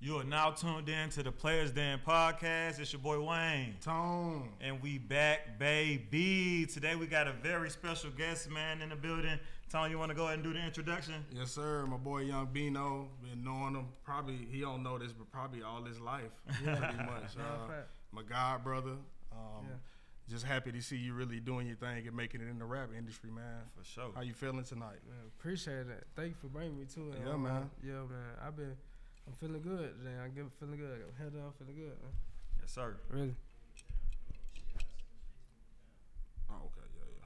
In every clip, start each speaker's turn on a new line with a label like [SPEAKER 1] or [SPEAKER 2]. [SPEAKER 1] You are now tuned in to the Players Den podcast. It's your boy Wayne.
[SPEAKER 2] Tone.
[SPEAKER 1] And we back, baby. Today we got a very special guest, man, in the building. Tony, you want to go ahead and do the introduction?
[SPEAKER 2] Yes, sir. My boy Young Bino, been knowing him probably he don't know this, but probably all his life, pretty much.
[SPEAKER 3] Yeah,
[SPEAKER 2] Uh,
[SPEAKER 3] fact.
[SPEAKER 2] my god brother. Um,
[SPEAKER 3] Yeah.
[SPEAKER 2] Just happy to see you really doing your thing and making it in the rap industry, man.
[SPEAKER 1] For sure.
[SPEAKER 2] How you feeling tonight?
[SPEAKER 3] Man, appreciate that. Thank you for bringing me to it.
[SPEAKER 2] Yeah,
[SPEAKER 3] Uh,
[SPEAKER 2] man.
[SPEAKER 3] Yeah, man. I've been, I'm feeling good today. I'm good, feeling good. I got my head up, feeling good. Man.
[SPEAKER 1] Yes, sir.
[SPEAKER 3] Really?
[SPEAKER 2] Oh, okay, yeah,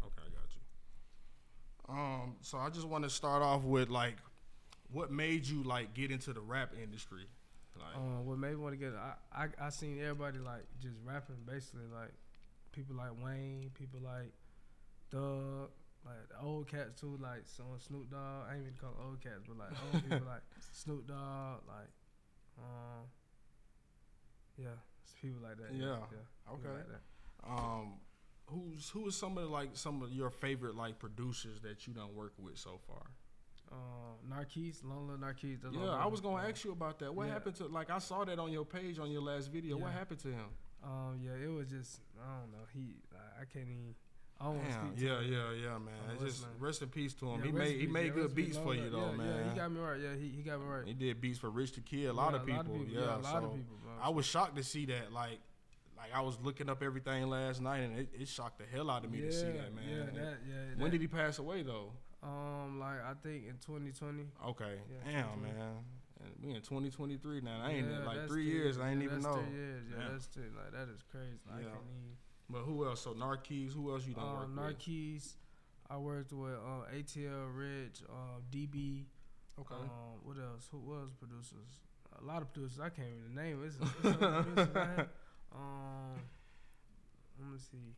[SPEAKER 2] yeah. Okay, I got you. Um, so I just want to start off with like, what made you like get into the rap industry? Like,
[SPEAKER 3] Um, what made me want to get, I, I, I seen everybody like just rapping, basically like people like Wayne, people like Doug, like the old cats too, like some Snoop Dogg. I ain't even call them old cats, but like old people like Snoop Dogg, like, um, yeah, it's people like that.
[SPEAKER 2] Yeah.
[SPEAKER 3] yeah people
[SPEAKER 2] okay.
[SPEAKER 3] like that.
[SPEAKER 2] Um, who's who is some of the, like some of your favorite like producers that you done work with so far?
[SPEAKER 3] Um, Narquise, Lone Little Narquise. that's
[SPEAKER 2] Yeah,
[SPEAKER 3] what
[SPEAKER 2] I was
[SPEAKER 3] doing.
[SPEAKER 2] gonna ask you about that. What
[SPEAKER 3] Yeah.
[SPEAKER 2] happened to like I saw that on your page on your last video. What
[SPEAKER 3] Yeah.
[SPEAKER 2] happened to him?
[SPEAKER 3] Um, yeah, it was just I don't know. He, I, I can't even. I don't want to
[SPEAKER 2] Damn.
[SPEAKER 3] speak.
[SPEAKER 2] Yeah, yeah, yeah, man.
[SPEAKER 3] Oh,
[SPEAKER 2] It's
[SPEAKER 3] what's
[SPEAKER 2] just
[SPEAKER 3] his name?
[SPEAKER 2] rest in peace to
[SPEAKER 3] to
[SPEAKER 2] him.
[SPEAKER 3] him.
[SPEAKER 2] he
[SPEAKER 3] Yeah,
[SPEAKER 2] made
[SPEAKER 3] recipe,
[SPEAKER 2] he made
[SPEAKER 3] yeah,
[SPEAKER 2] good
[SPEAKER 3] recipe,
[SPEAKER 2] beats
[SPEAKER 3] Lone
[SPEAKER 2] for
[SPEAKER 3] Nut.
[SPEAKER 2] you though,
[SPEAKER 3] yeah,
[SPEAKER 2] man.
[SPEAKER 3] Yeah, he got me right. Yeah, he, he got me right.
[SPEAKER 2] He did beats for Rich the Kid, a lot
[SPEAKER 3] Yeah,
[SPEAKER 2] of people. yeah,
[SPEAKER 3] a lot
[SPEAKER 2] so
[SPEAKER 3] of people. Bro.
[SPEAKER 2] I was shocked to see that. Like, like I was looking up everything last night, and it, it shocked the hell out of me to see that, man.
[SPEAKER 3] Yeah, that, yeah.
[SPEAKER 2] when
[SPEAKER 3] that.
[SPEAKER 2] did he pass away though?
[SPEAKER 3] Um, like I think in 2020.
[SPEAKER 2] Okay.
[SPEAKER 3] Yeah,
[SPEAKER 2] Damn,
[SPEAKER 3] 2020.
[SPEAKER 2] man. And we in 2023 now. I ain't
[SPEAKER 3] yeah,
[SPEAKER 2] like
[SPEAKER 3] that's
[SPEAKER 2] three
[SPEAKER 3] still-
[SPEAKER 2] years. I ain't
[SPEAKER 3] yeah,
[SPEAKER 2] even
[SPEAKER 3] that's
[SPEAKER 2] know.
[SPEAKER 3] Three years. Yeah,
[SPEAKER 1] Yeah.
[SPEAKER 3] that's still like that is crazy. Like,
[SPEAKER 2] Yeah.
[SPEAKER 3] I can't even.
[SPEAKER 2] But who else? So Narkees. Who else you don't
[SPEAKER 3] Um,
[SPEAKER 2] work with?
[SPEAKER 3] Narquise, I worked with uh, ATL Rich, uh, DB. Um, what else? Who was producers? A lot of producers. I can't even name. It's, it's so many producers I had. Um, let me see.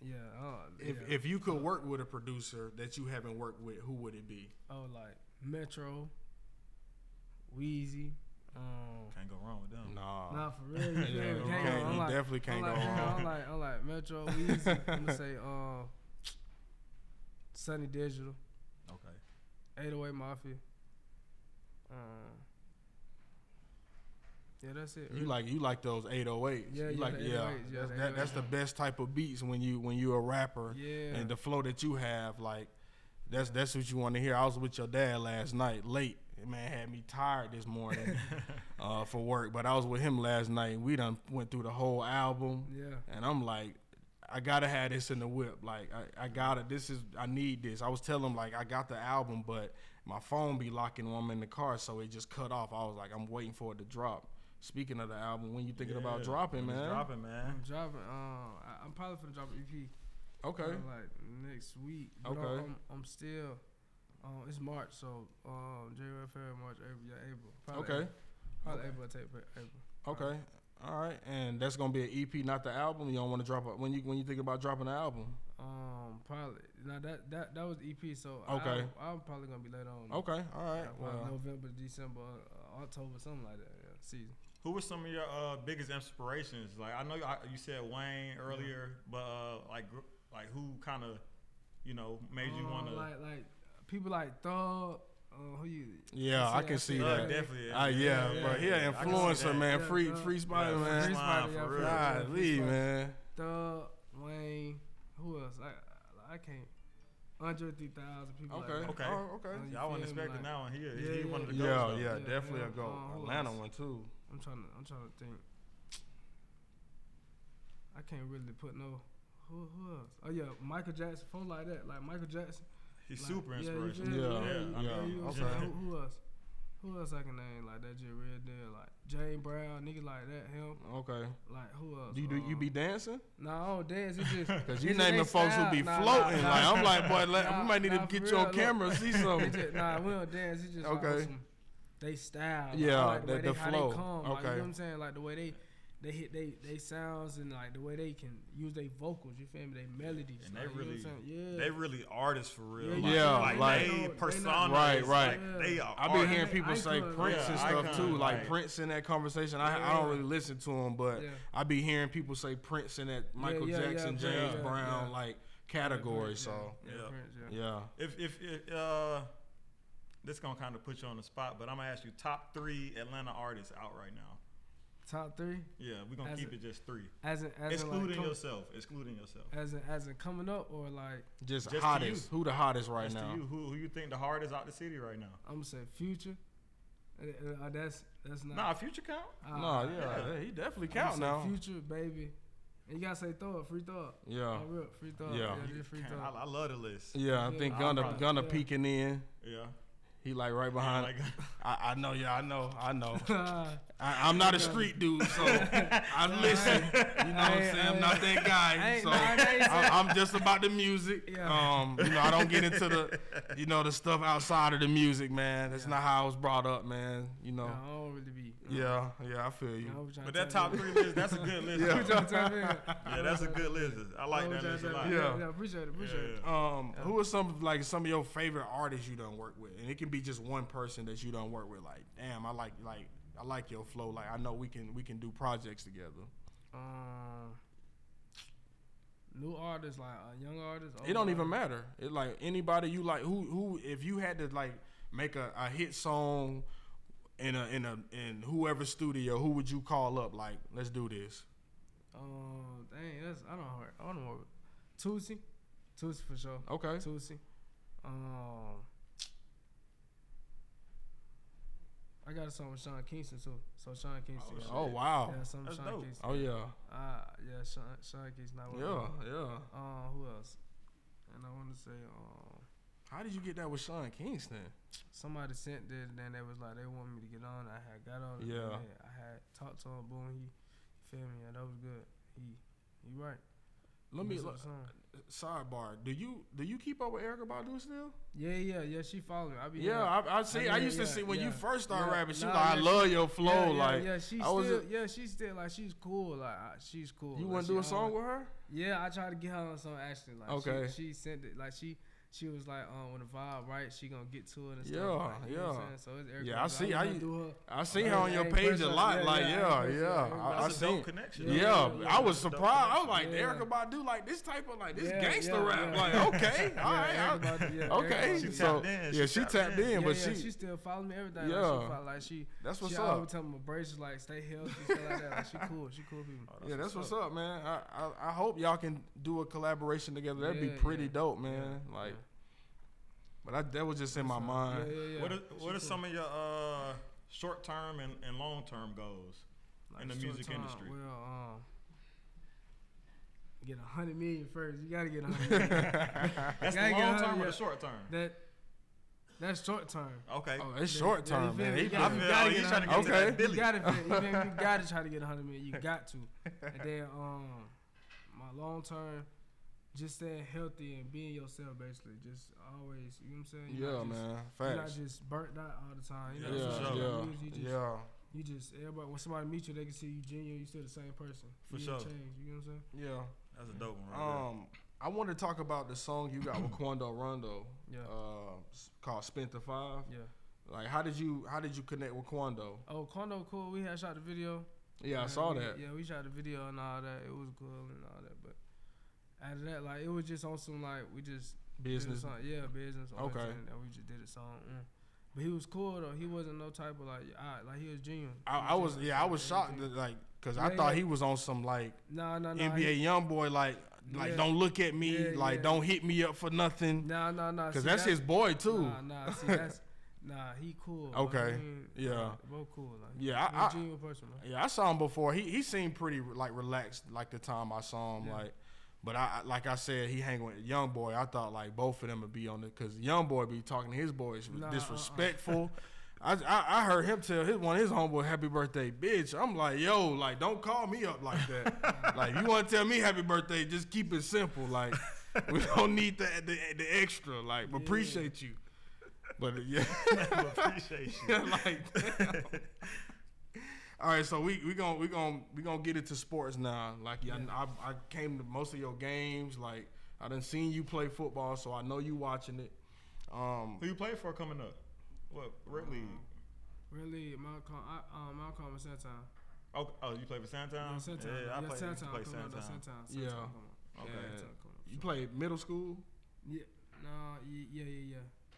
[SPEAKER 3] Yeah. Uh,
[SPEAKER 2] if
[SPEAKER 3] yeah.
[SPEAKER 2] if you could work with a producer that you haven't worked with, who would it be?
[SPEAKER 3] oh like Metro, Wheezy. Um,
[SPEAKER 1] Can't go wrong with them.
[SPEAKER 2] Nah.
[SPEAKER 3] nah, for real. You
[SPEAKER 2] yeah,
[SPEAKER 3] feel
[SPEAKER 2] you
[SPEAKER 3] me? Can't
[SPEAKER 2] can't-
[SPEAKER 3] go- I'm
[SPEAKER 2] you
[SPEAKER 3] like-
[SPEAKER 2] definitely
[SPEAKER 3] I'm
[SPEAKER 2] can't
[SPEAKER 3] like,
[SPEAKER 2] go wrong.
[SPEAKER 3] I'm like, I'm like Metro, Wheezy. I'm gonna say uh, Sunny Digital,
[SPEAKER 1] Okay.
[SPEAKER 3] 808 Mafia. Um, yeah, that's it.
[SPEAKER 2] You like you like those 808s.
[SPEAKER 3] Yeah,
[SPEAKER 2] you
[SPEAKER 3] yeah,
[SPEAKER 2] like
[SPEAKER 3] the
[SPEAKER 2] yeah.
[SPEAKER 3] 808s, yeah,
[SPEAKER 2] That's,
[SPEAKER 3] the oh
[SPEAKER 2] that, that's the best type of beats when you when you're a rapper
[SPEAKER 3] Yeah.
[SPEAKER 2] and the flow that you have like that's that's what you want to hear. I was with your dad last night late. That Man had me tired this morning uh, for work, but I was with him last night. and We done went through the whole album.
[SPEAKER 3] yeah.
[SPEAKER 2] And I'm like, I gotta have this in the whip. Like, I, I gotta, this is, I need this. I was telling him, like, I got the album, but my phone be locking when I'm in the car, so it just cut off. I was like, I'm waiting for it to drop. Speaking of the album, when you thinking about
[SPEAKER 1] Yeah,
[SPEAKER 2] dropping,
[SPEAKER 1] when it's
[SPEAKER 2] man?
[SPEAKER 1] Dropping,
[SPEAKER 3] I'm
[SPEAKER 1] man.
[SPEAKER 3] dropping. Um, I, I'm probably finna drop an EP.
[SPEAKER 2] Okay.
[SPEAKER 3] uh, like next week. But
[SPEAKER 2] Okay.
[SPEAKER 3] I'm, I'm, I'm still. Um, it's March, so um, January, February, March, April, yeah, April. Probably
[SPEAKER 2] Okay.
[SPEAKER 3] April. Probably April. I take April. April.
[SPEAKER 2] Okay. All right. And that's gonna be an EP, not the album. You don't want to drop a, when you when you think about dropping an album.
[SPEAKER 3] Um, probably. Now that that that was EP, so
[SPEAKER 2] Okay.
[SPEAKER 3] I, I'm probably gonna be later on.
[SPEAKER 2] Okay. All
[SPEAKER 3] Yeah,
[SPEAKER 2] right.
[SPEAKER 3] probably
[SPEAKER 2] Well,
[SPEAKER 3] November, December, uh, October, something like that. Yeah, season.
[SPEAKER 1] Who were some of your uh, biggest inspirations? Like I know you, I, you said Wayne earlier, but uh, like gr- like who kind of you know made you
[SPEAKER 3] Um,
[SPEAKER 1] want to?
[SPEAKER 3] like like people like Thug. Uh, who you?
[SPEAKER 2] Yeah, I can see that.
[SPEAKER 1] definitely.
[SPEAKER 2] Ah, yeah,
[SPEAKER 1] yeah,
[SPEAKER 2] bro. He
[SPEAKER 1] yeah,
[SPEAKER 2] an
[SPEAKER 1] I can see that.
[SPEAKER 2] influencer, man.
[SPEAKER 3] Yeah,
[SPEAKER 2] Free,
[SPEAKER 3] bro.
[SPEAKER 2] free spider,
[SPEAKER 1] Yeah,
[SPEAKER 2] man.
[SPEAKER 1] free Spider, yeah,
[SPEAKER 3] for real.
[SPEAKER 2] Golly, man.
[SPEAKER 3] Thug, Wayne, who else? I I can't. Andre 3000 people. like
[SPEAKER 2] Okay.
[SPEAKER 3] that.
[SPEAKER 1] Okay.
[SPEAKER 2] Oh, okay.
[SPEAKER 3] You
[SPEAKER 1] Yeah, I wasn't
[SPEAKER 3] feel me?
[SPEAKER 1] expecting
[SPEAKER 3] Like-
[SPEAKER 1] that one here.
[SPEAKER 3] Yeah,
[SPEAKER 1] he
[SPEAKER 3] yeah,
[SPEAKER 1] one of the
[SPEAKER 3] yeah.
[SPEAKER 1] goats,
[SPEAKER 2] Yeah,
[SPEAKER 1] though.
[SPEAKER 2] yeah,
[SPEAKER 3] Yeah,
[SPEAKER 2] definitely
[SPEAKER 3] yeah.
[SPEAKER 2] a go.
[SPEAKER 3] Uh, who
[SPEAKER 2] Atlanta
[SPEAKER 3] else?
[SPEAKER 2] one too.
[SPEAKER 3] I'm trying to. I'm trying to think. I can't really put no. Who, who else? Oh yeah, Michael Jackson. Phone like that. Like Michael Jackson.
[SPEAKER 1] He's
[SPEAKER 3] like,
[SPEAKER 1] super
[SPEAKER 3] yeah, you
[SPEAKER 1] inspirational.
[SPEAKER 3] feel me?
[SPEAKER 2] Yeah,
[SPEAKER 3] you-
[SPEAKER 1] I
[SPEAKER 2] yeah,
[SPEAKER 1] mean,
[SPEAKER 3] you know what I'm
[SPEAKER 2] okay.
[SPEAKER 3] saying? Who, who else? Who else I can name like that? Just real deal. Like Jane Brown, niggas like that. Him.
[SPEAKER 2] Okay.
[SPEAKER 3] Like who else?
[SPEAKER 2] Do you, do you be dancing?
[SPEAKER 3] No, nah, I don't dance. It's just
[SPEAKER 2] Cause
[SPEAKER 3] it's
[SPEAKER 2] you
[SPEAKER 3] just
[SPEAKER 2] naming
[SPEAKER 3] they
[SPEAKER 2] folks who
[SPEAKER 3] style.
[SPEAKER 2] be
[SPEAKER 3] Nah,
[SPEAKER 2] floating.
[SPEAKER 3] nah,
[SPEAKER 2] like
[SPEAKER 3] nah.
[SPEAKER 2] I'm like, boy, let,
[SPEAKER 3] Nah,
[SPEAKER 2] we might need
[SPEAKER 3] nah,
[SPEAKER 2] to get
[SPEAKER 3] for
[SPEAKER 2] you on
[SPEAKER 3] real,
[SPEAKER 2] camera, see
[SPEAKER 3] It
[SPEAKER 2] something.
[SPEAKER 3] just- nah, Oh, we don't dance. It's just like
[SPEAKER 2] Okay.
[SPEAKER 3] on some, they style.
[SPEAKER 2] Yeah,
[SPEAKER 3] like, I like
[SPEAKER 2] that-
[SPEAKER 3] the, way they,
[SPEAKER 2] the
[SPEAKER 3] how
[SPEAKER 2] flow.
[SPEAKER 3] They come. Like, you know
[SPEAKER 2] Okay.
[SPEAKER 3] what I'm saying? Like the way they they hit they they sounds and like the way they can use their vocals. You feel me? They melodies.
[SPEAKER 1] And
[SPEAKER 3] like,
[SPEAKER 1] they
[SPEAKER 3] you know what I'm
[SPEAKER 1] really-
[SPEAKER 3] saying? yeah.
[SPEAKER 1] They really artists for real.
[SPEAKER 2] Yeah, Yeah,
[SPEAKER 1] like,
[SPEAKER 2] like-
[SPEAKER 1] they,
[SPEAKER 3] they not-
[SPEAKER 1] persona.
[SPEAKER 2] Right,
[SPEAKER 1] is,
[SPEAKER 2] right.
[SPEAKER 1] Like, they are.
[SPEAKER 2] I've been
[SPEAKER 1] artists.
[SPEAKER 2] hearing
[SPEAKER 3] Icon,
[SPEAKER 2] people say
[SPEAKER 3] icon,
[SPEAKER 2] Prince
[SPEAKER 1] yeah,
[SPEAKER 2] and stuff
[SPEAKER 1] icon,
[SPEAKER 2] too. Like,
[SPEAKER 1] like-
[SPEAKER 2] Prince in that conversation, I, I don't
[SPEAKER 3] Yeah.
[SPEAKER 2] really listen to him, but
[SPEAKER 3] Yeah.
[SPEAKER 2] I be hearing people say Prince in that Michael
[SPEAKER 3] yeah, yeah,
[SPEAKER 2] Jackson,
[SPEAKER 3] yeah,
[SPEAKER 2] James
[SPEAKER 3] yeah,
[SPEAKER 2] Brown
[SPEAKER 3] yeah.
[SPEAKER 2] like
[SPEAKER 3] Yeah,
[SPEAKER 2] category.
[SPEAKER 3] Prince,
[SPEAKER 2] So
[SPEAKER 3] yeah,
[SPEAKER 1] Yeah.
[SPEAKER 3] Prince, yeah.
[SPEAKER 2] yeah,
[SPEAKER 1] If if, if uh, This gonna kind of put you on the spot, but I'm gonna ask you top three Atlanta artists out right now.
[SPEAKER 3] Top three,
[SPEAKER 1] Yeah, we're gonna
[SPEAKER 3] As
[SPEAKER 1] keep
[SPEAKER 3] a-
[SPEAKER 1] it just three,
[SPEAKER 3] as in as in like,
[SPEAKER 1] excluding
[SPEAKER 3] com-
[SPEAKER 1] yourself, excluding yourself.
[SPEAKER 3] as in as in coming up, or like
[SPEAKER 2] Just,
[SPEAKER 1] Just to
[SPEAKER 2] hottest. Who the hottest right
[SPEAKER 1] That's
[SPEAKER 2] now?
[SPEAKER 1] to you. Who, who you think the hardest out the city right now?
[SPEAKER 3] I'm gonna say Future. Uh, uh, that's that's not.
[SPEAKER 1] Nah, Future count.
[SPEAKER 3] uh,
[SPEAKER 2] no, yeah,
[SPEAKER 1] yeah.
[SPEAKER 2] yeah, he definitely
[SPEAKER 3] I'ma
[SPEAKER 2] count
[SPEAKER 3] say
[SPEAKER 2] now.
[SPEAKER 3] Future, baby. And you gotta say throw it, free throw it.
[SPEAKER 2] Yeah,
[SPEAKER 3] Oh, real, free throw.
[SPEAKER 2] Yeah.
[SPEAKER 3] Yeah,
[SPEAKER 1] You
[SPEAKER 3] yeah free
[SPEAKER 1] can't-
[SPEAKER 3] throw.
[SPEAKER 1] I, I love the list.
[SPEAKER 2] yeah. I
[SPEAKER 3] Yeah.
[SPEAKER 2] think
[SPEAKER 1] I'll
[SPEAKER 2] Gunna
[SPEAKER 1] probably-
[SPEAKER 2] Gunna
[SPEAKER 3] yeah.
[SPEAKER 2] peeking in.
[SPEAKER 1] Yeah,
[SPEAKER 2] He like right behind.
[SPEAKER 1] like,
[SPEAKER 2] I, I know, yeah, I know, I know.
[SPEAKER 3] I,
[SPEAKER 2] I, I'm not a street dude, so I listen. You know what I'm
[SPEAKER 3] I-
[SPEAKER 2] saying? I'm
[SPEAKER 3] I-
[SPEAKER 2] not that
[SPEAKER 3] I
[SPEAKER 2] guy.
[SPEAKER 3] ain't-
[SPEAKER 2] So
[SPEAKER 3] no, I ain't
[SPEAKER 2] I- I'm just about the music.
[SPEAKER 3] Yeah.
[SPEAKER 2] Um, you know, I don't get into the, you know, the stuff outside of the music, man. That's
[SPEAKER 3] Yeah.
[SPEAKER 2] not how I was brought up, man. You know.
[SPEAKER 3] I don't really be.
[SPEAKER 2] Yeah, yeah, I feel
[SPEAKER 3] I
[SPEAKER 2] you.
[SPEAKER 3] was trying
[SPEAKER 1] but
[SPEAKER 3] to
[SPEAKER 1] that
[SPEAKER 3] tell
[SPEAKER 1] top
[SPEAKER 3] you.
[SPEAKER 1] three list, that's a good list.
[SPEAKER 2] Yeah.
[SPEAKER 1] though.
[SPEAKER 3] What y'all talking about?
[SPEAKER 1] Yeah, that's a good list. I like
[SPEAKER 3] What
[SPEAKER 1] that
[SPEAKER 3] y'all
[SPEAKER 1] list a lot.
[SPEAKER 3] talking
[SPEAKER 2] Yeah.
[SPEAKER 1] Yeah.
[SPEAKER 3] about? Yeah, appreciate it. Appreciate it.
[SPEAKER 2] Um,
[SPEAKER 3] Yeah.
[SPEAKER 2] who are some like some of your favorite artists you done work with? And it can be just one person that you done work with. Like, damn, I like like I like your flow. Like, I know we can we can do projects together.
[SPEAKER 3] Um, new artists like uh, young artists.
[SPEAKER 2] It
[SPEAKER 3] old
[SPEAKER 2] don't even
[SPEAKER 3] artists.
[SPEAKER 2] matter. It like anybody you like who who if you had to like make a, a hit song in a in a in whoever studio, who would you call up? Like, let's do this.
[SPEAKER 3] Um, dang, that's I don't know. I don't know. Tootsie, Tootsie for sure.
[SPEAKER 2] Okay.
[SPEAKER 3] Tootsie. Um, I got a song with Sean Kingston too. So Sean
[SPEAKER 1] Oh,
[SPEAKER 3] Kingston. got-
[SPEAKER 1] shit.
[SPEAKER 2] Oh wow.
[SPEAKER 3] Yeah, some
[SPEAKER 1] That's
[SPEAKER 3] Sean
[SPEAKER 1] dope.
[SPEAKER 3] Kingston.
[SPEAKER 2] Oh yeah.
[SPEAKER 3] Uh, yeah, Sean, Sean Kingston. Not
[SPEAKER 2] Yeah, yeah.
[SPEAKER 3] Uh, who else? And I want to say, um,
[SPEAKER 2] How did you get that with Sean Kingston?
[SPEAKER 3] somebody sent this, and then they was like, they want me to get on. I had got on. and
[SPEAKER 2] Yeah.
[SPEAKER 3] then I had talked to him. Boom, he, feel me, and that was good. He, he right.
[SPEAKER 2] Let
[SPEAKER 3] He
[SPEAKER 2] me
[SPEAKER 3] messed up
[SPEAKER 2] look,
[SPEAKER 3] the song.
[SPEAKER 2] sidebar. Do you do you keep up with Erica Badu still?
[SPEAKER 3] Yeah, yeah, yeah. She followed me. I be
[SPEAKER 2] Yeah,
[SPEAKER 3] hearing-
[SPEAKER 2] I, I see.
[SPEAKER 3] yeah,
[SPEAKER 2] I used to
[SPEAKER 3] yeah,
[SPEAKER 2] see when you
[SPEAKER 3] yeah.
[SPEAKER 2] first started
[SPEAKER 3] Yeah,
[SPEAKER 2] rapping. She
[SPEAKER 3] nah,
[SPEAKER 2] was like, I
[SPEAKER 3] yeah,
[SPEAKER 2] love your flow.
[SPEAKER 3] Yeah, yeah,
[SPEAKER 2] like
[SPEAKER 3] yeah, she's
[SPEAKER 2] I was
[SPEAKER 3] still,
[SPEAKER 2] a-
[SPEAKER 3] yeah, she's still like she's cool. Like I- she's cool.
[SPEAKER 2] you
[SPEAKER 3] like,
[SPEAKER 2] want to
[SPEAKER 3] she
[SPEAKER 2] do a song
[SPEAKER 3] always-
[SPEAKER 2] with her?
[SPEAKER 3] Yeah, I tried to get her on some actually. Like
[SPEAKER 2] Okay.
[SPEAKER 3] she, she sent it. Like she she was like, um, when the vibe right, she gonna get to it and stuff.
[SPEAKER 2] Yeah,
[SPEAKER 3] like, you know what
[SPEAKER 2] yeah.
[SPEAKER 3] I'm saying? So it's Erica
[SPEAKER 2] Yeah, I
[SPEAKER 3] Badu.
[SPEAKER 2] see.
[SPEAKER 3] wanna
[SPEAKER 2] I-
[SPEAKER 3] do her.
[SPEAKER 2] I see
[SPEAKER 3] Yeah,
[SPEAKER 2] her on your
[SPEAKER 3] yeah,
[SPEAKER 2] page
[SPEAKER 3] first
[SPEAKER 2] a
[SPEAKER 3] up,
[SPEAKER 2] lot.
[SPEAKER 3] yeah,
[SPEAKER 2] like
[SPEAKER 3] yeah,
[SPEAKER 2] yeah,
[SPEAKER 3] first
[SPEAKER 2] yeah.
[SPEAKER 3] up,
[SPEAKER 2] I, I
[SPEAKER 1] That's a
[SPEAKER 2] seen.
[SPEAKER 1] dope connection.
[SPEAKER 2] Yeah,
[SPEAKER 3] Yeah, yeah,
[SPEAKER 2] I was
[SPEAKER 1] Dope
[SPEAKER 2] surprised. I was
[SPEAKER 1] connection.
[SPEAKER 2] like,
[SPEAKER 3] Yeah.
[SPEAKER 2] Erica Badu, like this type of like this
[SPEAKER 3] Yeah,
[SPEAKER 2] gangster
[SPEAKER 3] yeah,
[SPEAKER 2] rap.
[SPEAKER 3] yeah.
[SPEAKER 2] Like okay,
[SPEAKER 3] Yeah,
[SPEAKER 2] all right, I-
[SPEAKER 3] Erica Badu, yeah,
[SPEAKER 2] okay.
[SPEAKER 3] Erica
[SPEAKER 1] She
[SPEAKER 3] Badu.
[SPEAKER 2] so
[SPEAKER 1] tapped in,
[SPEAKER 2] yeah,
[SPEAKER 1] she
[SPEAKER 2] she
[SPEAKER 1] tapped
[SPEAKER 2] tapped
[SPEAKER 1] in.
[SPEAKER 2] in,
[SPEAKER 3] yeah,
[SPEAKER 2] but
[SPEAKER 3] yeah,
[SPEAKER 2] she,
[SPEAKER 3] still follow me everything. like,
[SPEAKER 2] Yeah.
[SPEAKER 3] she, follow, like she
[SPEAKER 2] that's what's
[SPEAKER 3] she
[SPEAKER 2] up.
[SPEAKER 3] always telling me braces like stay healthy, stuff like that. Like she cool, she cool people.
[SPEAKER 1] Oh,
[SPEAKER 2] Yeah, that's what's up, man. I, I I hope y'all can do a collaboration together. That'd be
[SPEAKER 3] Yeah,
[SPEAKER 2] pretty
[SPEAKER 3] yeah,
[SPEAKER 2] dope, man.
[SPEAKER 3] yeah,
[SPEAKER 2] Like,
[SPEAKER 3] yeah.
[SPEAKER 2] but I, that was just in my
[SPEAKER 3] So,
[SPEAKER 2] mind.
[SPEAKER 3] Yeah, yeah, yeah.
[SPEAKER 1] What are,
[SPEAKER 3] She
[SPEAKER 1] what are
[SPEAKER 3] cool.
[SPEAKER 1] some of your uh, short term and, and long term goals? in the
[SPEAKER 3] short
[SPEAKER 1] music industry?
[SPEAKER 3] Well, um, get a hundred million first. You gotta get a hundred million.
[SPEAKER 1] That's the
[SPEAKER 3] Gotta
[SPEAKER 1] long
[SPEAKER 3] get out of
[SPEAKER 1] term or
[SPEAKER 3] here.
[SPEAKER 1] the short term?
[SPEAKER 3] that that's short term.
[SPEAKER 1] Okay.
[SPEAKER 2] Oh, it's
[SPEAKER 3] Yeah,
[SPEAKER 2] short
[SPEAKER 3] yeah, you
[SPEAKER 2] term,
[SPEAKER 3] feel
[SPEAKER 2] man.
[SPEAKER 3] me?
[SPEAKER 2] He
[SPEAKER 3] You
[SPEAKER 1] I
[SPEAKER 3] gotta-
[SPEAKER 1] feel
[SPEAKER 2] probably-
[SPEAKER 3] you gotta
[SPEAKER 1] like
[SPEAKER 3] get
[SPEAKER 1] he's trying to get
[SPEAKER 2] out
[SPEAKER 1] to
[SPEAKER 2] of here.
[SPEAKER 1] that
[SPEAKER 2] Okay.
[SPEAKER 1] Billy.
[SPEAKER 3] You gotta, fit- you, feel me? you gotta try to get a hundred million. You got to. And then um, my long term, just staying healthy and being yourself. Basically, just always. You know what I'm saying? You're
[SPEAKER 2] Yeah,
[SPEAKER 3] not just,
[SPEAKER 2] man.
[SPEAKER 3] You're not
[SPEAKER 2] Facts.
[SPEAKER 3] just burnt out all the time. You
[SPEAKER 2] Yeah,
[SPEAKER 3] know what I'm saying?
[SPEAKER 1] sure.
[SPEAKER 3] You
[SPEAKER 2] yeah,
[SPEAKER 3] lose, you just,
[SPEAKER 2] yeah,
[SPEAKER 3] You just everybody when somebody meets you, they can see you genuine. You still the same person.
[SPEAKER 1] For
[SPEAKER 3] you
[SPEAKER 1] sure.
[SPEAKER 3] didn't Change. You know what I'm saying?
[SPEAKER 2] yeah.
[SPEAKER 1] That's a dope one right
[SPEAKER 2] Um, I want to talk about the song you got with Quando Rondo,
[SPEAKER 3] Yeah.
[SPEAKER 2] uh, s- called "Spent the Five.
[SPEAKER 3] Yeah.
[SPEAKER 2] Like, how did you how did you connect with Quando?
[SPEAKER 3] Oh, Kondo cool. We had shot the video.
[SPEAKER 2] Yeah, I
[SPEAKER 3] Yeah,
[SPEAKER 2] saw
[SPEAKER 3] we-
[SPEAKER 2] that.
[SPEAKER 3] Yeah, we shot the video and all that. It was cool and all that. But after that, like it was just on some like we just did a
[SPEAKER 2] Business.
[SPEAKER 3] song- yeah, business. on
[SPEAKER 2] Okay.
[SPEAKER 3] everything, And we just did a song. mm. But he was cool though. He wasn't no type of like I, like he was genuine.
[SPEAKER 2] I, I was yeah, I was shocked that, like because I
[SPEAKER 3] Yeah,
[SPEAKER 2] thought
[SPEAKER 3] yeah.
[SPEAKER 2] he was on some like
[SPEAKER 3] Nah, nah, nah.
[SPEAKER 2] NBA
[SPEAKER 3] he-
[SPEAKER 2] young boy like like
[SPEAKER 3] Yeah.
[SPEAKER 2] don't look at me
[SPEAKER 3] Yeah,
[SPEAKER 2] like
[SPEAKER 3] yeah.
[SPEAKER 2] don't hit me up for nothing
[SPEAKER 3] Nah, nah, nah.
[SPEAKER 2] because
[SPEAKER 3] see,
[SPEAKER 2] that's, his boy too.
[SPEAKER 3] Nah, nah. See, that's nah. He cool. but I
[SPEAKER 2] Okay,
[SPEAKER 3] mean,
[SPEAKER 2] yeah.
[SPEAKER 3] uh, Both cool. Like,
[SPEAKER 2] Yeah,
[SPEAKER 3] he
[SPEAKER 2] I-
[SPEAKER 3] a
[SPEAKER 2] I-
[SPEAKER 3] genuine person. Man.
[SPEAKER 2] Yeah, I saw him before. He he seemed pretty like relaxed like the time I saw him
[SPEAKER 3] Yeah.
[SPEAKER 2] like. But I I- like I said, he hang with young boy. I thought like both of them would be on it because young boy be talking to his boys
[SPEAKER 3] Nah, uh-uh.
[SPEAKER 2] disrespectful. I, I I heard him tell his one of his homeboy happy birthday, bitch. I'm like yo, like don't call me up like that. like you want to tell me happy birthday, just keep it simple. Like we don't need the the, the extra. Like
[SPEAKER 3] Yeah.
[SPEAKER 2] appreciate you, but yeah.
[SPEAKER 1] there. Appreciate you.
[SPEAKER 2] like, damn. all right, so we we gonna we gonna we gonna get it to sports now. Like, yeah,
[SPEAKER 3] Yeah.
[SPEAKER 2] I, I came to most of your games. Like, I done seen you play football, so I know you watching it. Um,
[SPEAKER 1] Who you play for coming up? What Red League?
[SPEAKER 3] Really, Malcolm, I, um, Malcolm and Santan.
[SPEAKER 1] Oh, oh, you play for Santown?
[SPEAKER 3] No, Santan.
[SPEAKER 1] Yeah, I
[SPEAKER 3] yeah,
[SPEAKER 1] play,
[SPEAKER 3] Santan.
[SPEAKER 1] play
[SPEAKER 3] come on, no,
[SPEAKER 1] Santown.
[SPEAKER 3] Santan.
[SPEAKER 2] Yeah.
[SPEAKER 3] Santan, come on.
[SPEAKER 1] Okay.
[SPEAKER 3] Yeah,
[SPEAKER 2] and
[SPEAKER 3] Santan, come on.
[SPEAKER 2] you played middle school.
[SPEAKER 3] Yeah. No, ye- yeah, yeah, yeah.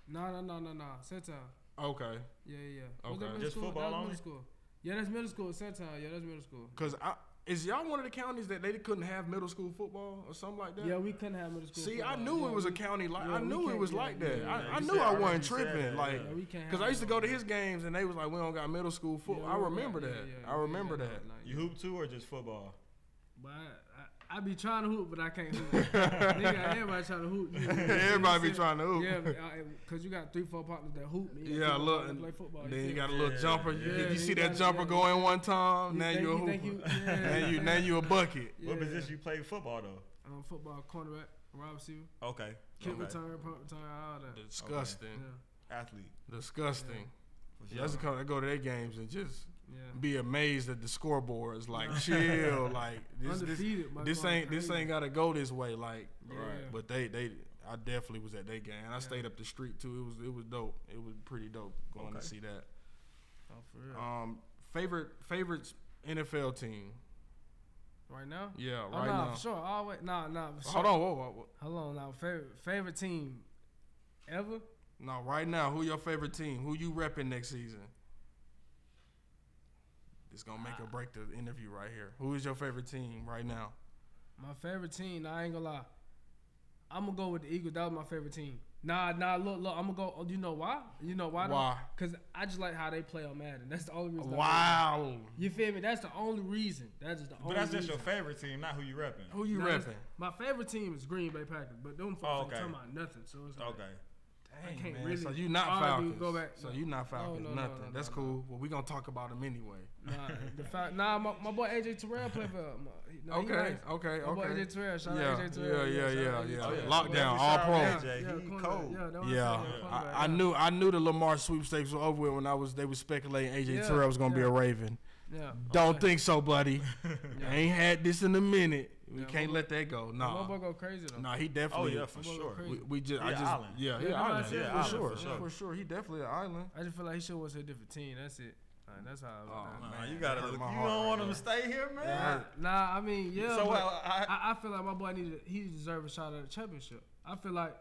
[SPEAKER 3] No, no, no, no, no. Centown.
[SPEAKER 2] Okay.
[SPEAKER 3] Yeah, yeah. yeah. Was that
[SPEAKER 2] Okay.
[SPEAKER 3] middle
[SPEAKER 1] Just
[SPEAKER 3] school?
[SPEAKER 1] football
[SPEAKER 3] that was
[SPEAKER 1] only?
[SPEAKER 3] middle school. Yeah, that's middle school. Centown. Yeah, that's middle school.
[SPEAKER 2] Cause I is y'all one of the counties that they couldn't have middle school football or something like that.
[SPEAKER 3] Yeah, we couldn't have middle school.
[SPEAKER 2] See, I
[SPEAKER 3] football.
[SPEAKER 2] knew
[SPEAKER 3] Yeah,
[SPEAKER 2] it was a
[SPEAKER 3] we-
[SPEAKER 2] county like
[SPEAKER 3] yeah,
[SPEAKER 2] I
[SPEAKER 3] we
[SPEAKER 2] knew it
[SPEAKER 3] can't-
[SPEAKER 2] was
[SPEAKER 3] yeah,
[SPEAKER 2] like
[SPEAKER 3] yeah,
[SPEAKER 2] that.
[SPEAKER 3] yeah,
[SPEAKER 2] I,
[SPEAKER 1] yeah.
[SPEAKER 2] I
[SPEAKER 1] You
[SPEAKER 2] knew
[SPEAKER 1] said-
[SPEAKER 2] I
[SPEAKER 1] I remember
[SPEAKER 2] wasn't
[SPEAKER 1] you said
[SPEAKER 2] tripping.
[SPEAKER 1] that,
[SPEAKER 2] Like,
[SPEAKER 1] yeah.
[SPEAKER 3] Yeah, we can't.
[SPEAKER 2] cause
[SPEAKER 3] have
[SPEAKER 2] I used to
[SPEAKER 3] that.
[SPEAKER 2] go to his games and they was like, we don't got middle school
[SPEAKER 3] Yeah,
[SPEAKER 2] football. I
[SPEAKER 3] we
[SPEAKER 2] remember
[SPEAKER 3] got-
[SPEAKER 2] that.
[SPEAKER 3] yeah, yeah,
[SPEAKER 2] I
[SPEAKER 3] we
[SPEAKER 2] remember
[SPEAKER 3] got
[SPEAKER 2] that.
[SPEAKER 3] like-
[SPEAKER 1] You hoop too or just football?
[SPEAKER 3] But I, I, I be trying to hoop, but I can't hoop. Nigga, everybody trying to hoop. You,
[SPEAKER 2] Everybody be trying to hoop.
[SPEAKER 3] Yeah, because you got three, four partners that hoop. man.
[SPEAKER 2] Yeah,
[SPEAKER 3] Two
[SPEAKER 2] look,
[SPEAKER 3] partners
[SPEAKER 2] and
[SPEAKER 3] play football.
[SPEAKER 2] Then you
[SPEAKER 3] feel
[SPEAKER 2] got a
[SPEAKER 3] me?
[SPEAKER 2] little
[SPEAKER 1] Yeah,
[SPEAKER 2] jumper. You,
[SPEAKER 1] yeah.
[SPEAKER 2] you
[SPEAKER 3] You
[SPEAKER 2] see that
[SPEAKER 3] gotta-
[SPEAKER 2] jumper
[SPEAKER 3] yeah.
[SPEAKER 2] go in one time. now
[SPEAKER 3] think-
[SPEAKER 2] you a
[SPEAKER 3] think
[SPEAKER 2] hooper.
[SPEAKER 3] yeah.
[SPEAKER 2] Now you now you a bucket.
[SPEAKER 1] What
[SPEAKER 3] Yeah.
[SPEAKER 1] position you play football though?
[SPEAKER 3] Um, football cornerback, wide receiver,
[SPEAKER 1] Okay.
[SPEAKER 3] kick
[SPEAKER 1] okay.
[SPEAKER 3] return, punt return, all that.
[SPEAKER 2] Disgusting.
[SPEAKER 3] Yeah,
[SPEAKER 1] Athlete.
[SPEAKER 2] Disgusting.
[SPEAKER 1] for
[SPEAKER 2] That's the
[SPEAKER 1] sure.
[SPEAKER 2] kind that go to their games and just
[SPEAKER 3] yeah.
[SPEAKER 2] be amazed at the scoreboard. It's like chill. Like this this,
[SPEAKER 3] Undefeated. my
[SPEAKER 2] this
[SPEAKER 3] God,
[SPEAKER 2] ain't this
[SPEAKER 3] crazy.
[SPEAKER 2] ain't gotta go this way. Like
[SPEAKER 3] Yeah.
[SPEAKER 1] Right.
[SPEAKER 2] but they they I definitely was at their game. And I
[SPEAKER 3] Yeah.
[SPEAKER 2] stayed up the street too. It was it was dope. It was pretty dope going
[SPEAKER 1] Okay.
[SPEAKER 2] to see that.
[SPEAKER 3] Oh, for real.
[SPEAKER 2] Um favorite favorite NFL team.
[SPEAKER 3] right now?
[SPEAKER 2] Yeah,
[SPEAKER 3] Oh,
[SPEAKER 2] right
[SPEAKER 3] nah,
[SPEAKER 2] now.
[SPEAKER 3] for sure. Always. Nah, nah. For sure.
[SPEAKER 2] Hold on, whoa, whoa, whoa.
[SPEAKER 3] Hold on. Now, favorite, favorite team ever?
[SPEAKER 2] No, right now, who your favorite team? Who you repping next season? It's gonna make or break the interview right here. Who is your favorite team right now?
[SPEAKER 3] My favorite team. Nah, I ain't gonna lie. I'm gonna go with the Eagles. That was my favorite team. Nah, nah. Look, look. I'm gonna go. oh, You know why? You know why?
[SPEAKER 2] Why?
[SPEAKER 3] Because I just like how they play on Madden. That's the only reason. I like
[SPEAKER 2] Wow.
[SPEAKER 3] it. You feel me? That's the only reason. That's just the
[SPEAKER 1] But
[SPEAKER 3] only.
[SPEAKER 1] that's just your
[SPEAKER 3] reason.
[SPEAKER 1] favorite team, not who you repping.
[SPEAKER 2] Who you
[SPEAKER 3] Nah, that's-
[SPEAKER 2] repping?
[SPEAKER 3] My favorite team is Green Bay Packers, but them folks
[SPEAKER 1] Oh,
[SPEAKER 3] ain't
[SPEAKER 1] okay.
[SPEAKER 3] talking about nothing. So it's like,
[SPEAKER 1] Okay.
[SPEAKER 3] I can't
[SPEAKER 2] man,
[SPEAKER 3] really.
[SPEAKER 2] so you not
[SPEAKER 3] all I do
[SPEAKER 2] Falcons.
[SPEAKER 3] is Go back.
[SPEAKER 2] So
[SPEAKER 3] no.
[SPEAKER 2] you not Falcons.
[SPEAKER 3] no, no,
[SPEAKER 2] nothing.
[SPEAKER 3] no,
[SPEAKER 2] That's
[SPEAKER 3] no,
[SPEAKER 2] cool. Well, we gonna talk about them anyway.
[SPEAKER 3] Nah, the fact, nah, my, my boy AJ Terrell played for. My, he- no, he
[SPEAKER 2] okay.
[SPEAKER 3] nice.
[SPEAKER 2] Okay.
[SPEAKER 3] My boy
[SPEAKER 2] Okay.
[SPEAKER 3] AJ Terrell. Shout out
[SPEAKER 2] Yeah.
[SPEAKER 3] AJ
[SPEAKER 2] Yeah.
[SPEAKER 3] Terrell.
[SPEAKER 2] Yeah.
[SPEAKER 3] shout
[SPEAKER 2] Yeah.
[SPEAKER 3] out AJ
[SPEAKER 2] Yeah.
[SPEAKER 1] Oh,
[SPEAKER 3] Terrell.
[SPEAKER 1] yeah.
[SPEAKER 2] Lockdown.
[SPEAKER 1] Every
[SPEAKER 2] All
[SPEAKER 1] Saturday
[SPEAKER 2] pro.
[SPEAKER 1] night.
[SPEAKER 3] Yeah,
[SPEAKER 1] AJ,
[SPEAKER 3] yeah,
[SPEAKER 1] he
[SPEAKER 3] cornerback.
[SPEAKER 1] cold.
[SPEAKER 3] Yeah, that
[SPEAKER 2] Yeah, I, I knew I knew the Lamar sweepstakes were over with when I was they were speculating AJ
[SPEAKER 3] Yeah,
[SPEAKER 2] Terrell was gonna be
[SPEAKER 3] yeah.
[SPEAKER 2] a Raven.
[SPEAKER 3] Yeah.
[SPEAKER 2] Don't think so, buddy.
[SPEAKER 3] Yeah.
[SPEAKER 2] Ain't had this in a minute. We
[SPEAKER 3] Yeah,
[SPEAKER 2] can't
[SPEAKER 3] my
[SPEAKER 2] let that go.
[SPEAKER 3] Nah.
[SPEAKER 2] No,
[SPEAKER 3] My boy go crazy though.
[SPEAKER 2] no, he
[SPEAKER 1] Oh
[SPEAKER 2] definitely.
[SPEAKER 1] yeah, for
[SPEAKER 3] I'm gonna
[SPEAKER 1] sure.
[SPEAKER 3] crazy.
[SPEAKER 2] We, we just, I
[SPEAKER 1] Yeah,
[SPEAKER 2] just,
[SPEAKER 1] island.
[SPEAKER 2] yeah,
[SPEAKER 3] Yeah,
[SPEAKER 2] yeah, island.
[SPEAKER 3] yeah,
[SPEAKER 2] for
[SPEAKER 1] island,
[SPEAKER 2] sure,
[SPEAKER 1] for sure.
[SPEAKER 2] for sure. He definitely an island.
[SPEAKER 3] I just feel like he should went to a different team. That's it. Like, that's how. I
[SPEAKER 2] Oh,
[SPEAKER 1] Nah,
[SPEAKER 2] Man,
[SPEAKER 1] you
[SPEAKER 2] that
[SPEAKER 1] gotta.
[SPEAKER 2] hurt
[SPEAKER 1] You don't
[SPEAKER 2] my heart right
[SPEAKER 1] want him
[SPEAKER 2] there.
[SPEAKER 1] to stay here, man.
[SPEAKER 2] Yeah.
[SPEAKER 3] Nah, I mean, yeah.
[SPEAKER 1] So
[SPEAKER 3] but
[SPEAKER 1] I, I,
[SPEAKER 3] I, I feel like my boy needed. He deserved a shot at the championship. I feel like.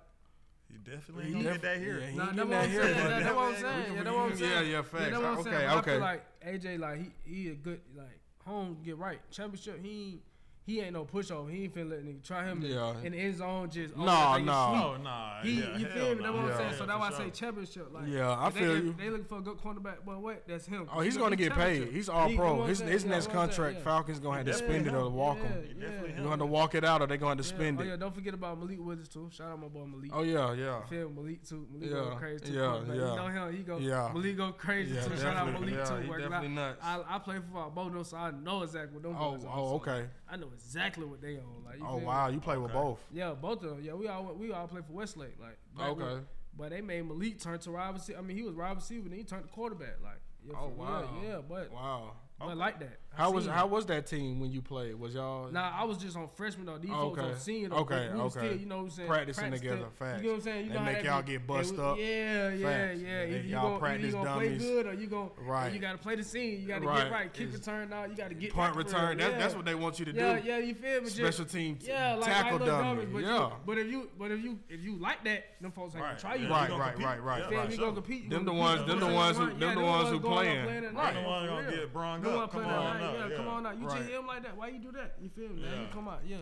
[SPEAKER 1] you definitely
[SPEAKER 2] He
[SPEAKER 1] ain't gonna
[SPEAKER 2] def-
[SPEAKER 1] get that here.
[SPEAKER 2] yeah, he
[SPEAKER 3] Nah,
[SPEAKER 2] ain't
[SPEAKER 3] that's
[SPEAKER 2] getting
[SPEAKER 3] what
[SPEAKER 2] that
[SPEAKER 3] I'm
[SPEAKER 2] here,
[SPEAKER 3] saying.
[SPEAKER 2] buddy.
[SPEAKER 3] That- That's what I'm
[SPEAKER 1] Yeah, we
[SPEAKER 3] saying.
[SPEAKER 1] can-
[SPEAKER 3] Yeah, that's what I'm
[SPEAKER 2] yeah,
[SPEAKER 3] saying.
[SPEAKER 2] yeah,
[SPEAKER 3] Yeah,
[SPEAKER 2] facts.
[SPEAKER 3] that's what I'm
[SPEAKER 2] okay,
[SPEAKER 3] saying. But
[SPEAKER 2] okay.
[SPEAKER 3] I feel like AJ, like he, he a good, like home get right championship. He, ain't- he ain't no pushover. He ain't finna let nigga try him
[SPEAKER 2] Yeah.
[SPEAKER 3] in his zone. Just oh,
[SPEAKER 2] Nah,
[SPEAKER 3] that nigga
[SPEAKER 2] nah.
[SPEAKER 3] sweet.
[SPEAKER 1] Oh nah.
[SPEAKER 3] He,
[SPEAKER 1] yeah,
[SPEAKER 3] you
[SPEAKER 1] hell
[SPEAKER 3] feel me? That's what
[SPEAKER 1] nah.
[SPEAKER 3] I'm saying.
[SPEAKER 1] Yeah,
[SPEAKER 3] so that's
[SPEAKER 1] for
[SPEAKER 3] why I
[SPEAKER 1] sure.
[SPEAKER 3] say championship. Like,
[SPEAKER 2] Yeah, I
[SPEAKER 3] if they,
[SPEAKER 2] feel
[SPEAKER 3] if
[SPEAKER 2] you.
[SPEAKER 3] They looking for a good cornerback, but what? That's him.
[SPEAKER 2] oh, he's
[SPEAKER 3] He
[SPEAKER 2] gonna
[SPEAKER 3] looking
[SPEAKER 2] get paid.
[SPEAKER 3] championship.
[SPEAKER 2] He's all
[SPEAKER 3] He- you know
[SPEAKER 2] pro.
[SPEAKER 3] what
[SPEAKER 2] His
[SPEAKER 3] I'm
[SPEAKER 2] his
[SPEAKER 3] saying?
[SPEAKER 2] next
[SPEAKER 3] Yeah, that's what I'm
[SPEAKER 2] contract,
[SPEAKER 3] saying, yeah.
[SPEAKER 2] Falcons gonna have to
[SPEAKER 1] Yeah,
[SPEAKER 2] spend it or walk
[SPEAKER 3] yeah,
[SPEAKER 2] him.
[SPEAKER 1] He
[SPEAKER 3] yeah,
[SPEAKER 1] definitely
[SPEAKER 3] yeah.
[SPEAKER 2] You gonna walk it out or they gonna have to
[SPEAKER 3] Yeah.
[SPEAKER 2] spend
[SPEAKER 3] Oh yeah,
[SPEAKER 2] it?
[SPEAKER 3] don't forget about Malik Withers too. Shout out my boy Malik.
[SPEAKER 2] Oh yeah, yeah.
[SPEAKER 3] You feel me? Malik too. Malik
[SPEAKER 2] Yeah,
[SPEAKER 3] go crazy too.
[SPEAKER 2] yeah,
[SPEAKER 3] Quarterback.
[SPEAKER 2] yeah.
[SPEAKER 3] You know him. He go.
[SPEAKER 2] Yeah.
[SPEAKER 3] Malik go crazy
[SPEAKER 2] Yeah,
[SPEAKER 3] too. Shout out
[SPEAKER 2] definitely.
[SPEAKER 3] Malik
[SPEAKER 2] Yeah,
[SPEAKER 3] too.
[SPEAKER 2] he
[SPEAKER 3] Working out.
[SPEAKER 2] definitely nuts.
[SPEAKER 3] I, I play football, both of them, so I know exactly what them
[SPEAKER 2] Oh,
[SPEAKER 3] boys are.
[SPEAKER 2] oh,
[SPEAKER 3] so
[SPEAKER 2] okay.
[SPEAKER 3] I know exactly what they on. Like, you
[SPEAKER 2] Oh
[SPEAKER 3] feel me?
[SPEAKER 2] wow, you play with
[SPEAKER 1] Okay.
[SPEAKER 2] both.
[SPEAKER 3] Yeah, both of them. Yeah, we all went- we all play for Westlake. Like, back
[SPEAKER 2] Okay.
[SPEAKER 3] when- but they made Malik turn to wide receiver. I mean, he was wide receiver, then he turned to quarterback. Like, yeah,
[SPEAKER 2] Oh,
[SPEAKER 3] for real.
[SPEAKER 2] wow.
[SPEAKER 3] yeah, but
[SPEAKER 2] Wow.
[SPEAKER 3] but like that. I
[SPEAKER 2] How was
[SPEAKER 3] seen
[SPEAKER 2] how
[SPEAKER 3] it.
[SPEAKER 2] was that team when you played? Was y'all
[SPEAKER 3] Nah, I was just on freshman though. These folks
[SPEAKER 2] Okay.
[SPEAKER 3] on senior. Though.
[SPEAKER 2] Okay,
[SPEAKER 3] we was
[SPEAKER 2] okay.
[SPEAKER 3] Still, you know what I'm saying?
[SPEAKER 2] Practicing together,
[SPEAKER 3] still.
[SPEAKER 2] facts.
[SPEAKER 3] You know what I'm saying? You
[SPEAKER 2] They
[SPEAKER 3] know how
[SPEAKER 2] make
[SPEAKER 3] that
[SPEAKER 2] y'all
[SPEAKER 3] be.
[SPEAKER 2] get
[SPEAKER 3] They
[SPEAKER 2] bussed
[SPEAKER 3] was-
[SPEAKER 2] up.
[SPEAKER 3] Yeah, yeah,
[SPEAKER 2] Facts.
[SPEAKER 3] yeah.
[SPEAKER 2] They-
[SPEAKER 3] If you
[SPEAKER 2] y'all
[SPEAKER 3] gonna,
[SPEAKER 2] practice
[SPEAKER 3] you gonna
[SPEAKER 2] dummies.
[SPEAKER 3] play good or you gonna
[SPEAKER 2] Right.
[SPEAKER 3] You gotta play the scene. You gotta
[SPEAKER 2] Right.
[SPEAKER 3] get right. Keep
[SPEAKER 2] It's-
[SPEAKER 3] it turned out. You gotta get
[SPEAKER 2] punt
[SPEAKER 3] back for it.
[SPEAKER 2] return? That's that's
[SPEAKER 3] Yeah.
[SPEAKER 2] what they want you to
[SPEAKER 3] Yeah,
[SPEAKER 2] do.
[SPEAKER 3] yeah, you feel me? Just-
[SPEAKER 2] Special team t-
[SPEAKER 3] yeah, like,
[SPEAKER 2] tackle
[SPEAKER 3] like little
[SPEAKER 2] dummy.
[SPEAKER 3] dummies, but
[SPEAKER 2] yeah.
[SPEAKER 3] You, but if you, but if you, if you like that, them folks ain't gonna
[SPEAKER 1] Right.
[SPEAKER 3] try you.
[SPEAKER 1] yeah,
[SPEAKER 2] Right,
[SPEAKER 1] you gonna
[SPEAKER 2] right,
[SPEAKER 1] compete.
[SPEAKER 2] right, right,
[SPEAKER 1] Yeah,
[SPEAKER 2] right.
[SPEAKER 3] Feel
[SPEAKER 1] for
[SPEAKER 3] me? You
[SPEAKER 1] sure.
[SPEAKER 3] gonna compete.
[SPEAKER 2] Them
[SPEAKER 3] you
[SPEAKER 2] the
[SPEAKER 3] gonna
[SPEAKER 2] ones-
[SPEAKER 3] compete.
[SPEAKER 1] them the
[SPEAKER 2] ones who-
[SPEAKER 3] yeah,
[SPEAKER 2] them the ones who
[SPEAKER 3] going out
[SPEAKER 2] playing. Right.
[SPEAKER 3] at night,
[SPEAKER 1] Them the ones
[SPEAKER 3] for
[SPEAKER 1] gonna
[SPEAKER 3] real.
[SPEAKER 1] get brung
[SPEAKER 3] Them
[SPEAKER 1] up.
[SPEAKER 3] ones
[SPEAKER 1] Come
[SPEAKER 3] playing at
[SPEAKER 1] on up,
[SPEAKER 3] night, Yeah, come
[SPEAKER 1] yeah.
[SPEAKER 3] on out. You just
[SPEAKER 2] Right.
[SPEAKER 3] him like that. Why you do that? You feel me? Now you
[SPEAKER 1] Yeah.
[SPEAKER 3] come out. Yeah.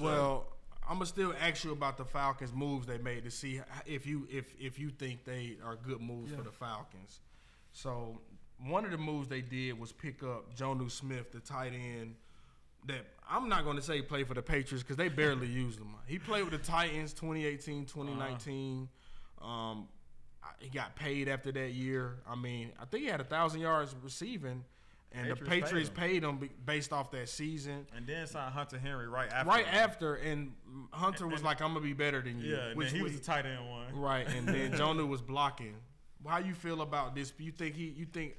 [SPEAKER 2] Well, I'm gonna still ask you about the Falcons moves they made to see h- if you if if you think they are good moves for
[SPEAKER 3] Yeah.
[SPEAKER 2] the Falcons. So one of the moves they did was pick up Jonu Smith, the tight end. That I'm not going to say play for the Patriots because they barely used him. He played with the Titans
[SPEAKER 1] Uh-huh.
[SPEAKER 2] 2018, 2019. Um, I- he got paid after that year. I mean, I think he had a thousand yards receiving, and the
[SPEAKER 1] Patriots paid
[SPEAKER 2] Patriots
[SPEAKER 1] him.
[SPEAKER 2] paid him, be based off that season.
[SPEAKER 1] And then sign Hunter Henry right after.
[SPEAKER 2] Right
[SPEAKER 1] that.
[SPEAKER 2] after, and Hunter was like, "I'm gonna be better than you."
[SPEAKER 1] Yeah, and
[SPEAKER 2] which
[SPEAKER 1] then he was
[SPEAKER 2] we-
[SPEAKER 1] the tight end one.
[SPEAKER 2] right, and then Jonu was blocking. How you feel about this? You think he? You think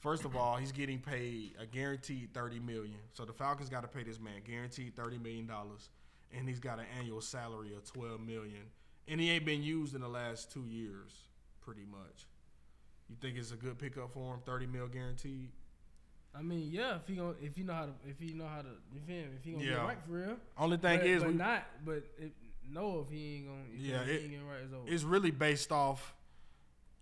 [SPEAKER 2] first of all, he's getting paid a guaranteed thirty million. So the Falcons got to pay this man guaranteed thirty million dollars, and he's got an annual salary of twelve million, and he ain't been used in the last two years, pretty much. You think it's a good pickup for him? Thirty mil guaranteed.
[SPEAKER 3] I mean, yeah. If he gonna, if you know how to, if he know how to, you feel me? If he gonna
[SPEAKER 2] Yeah.
[SPEAKER 3] get right for real.
[SPEAKER 2] Only thing
[SPEAKER 3] but,
[SPEAKER 2] is,
[SPEAKER 3] but
[SPEAKER 2] we,
[SPEAKER 3] not. But if, no, if he ain't gonna, if
[SPEAKER 2] Yeah,
[SPEAKER 3] he
[SPEAKER 2] it-
[SPEAKER 3] ain't getting right, it's over.
[SPEAKER 2] it's really based off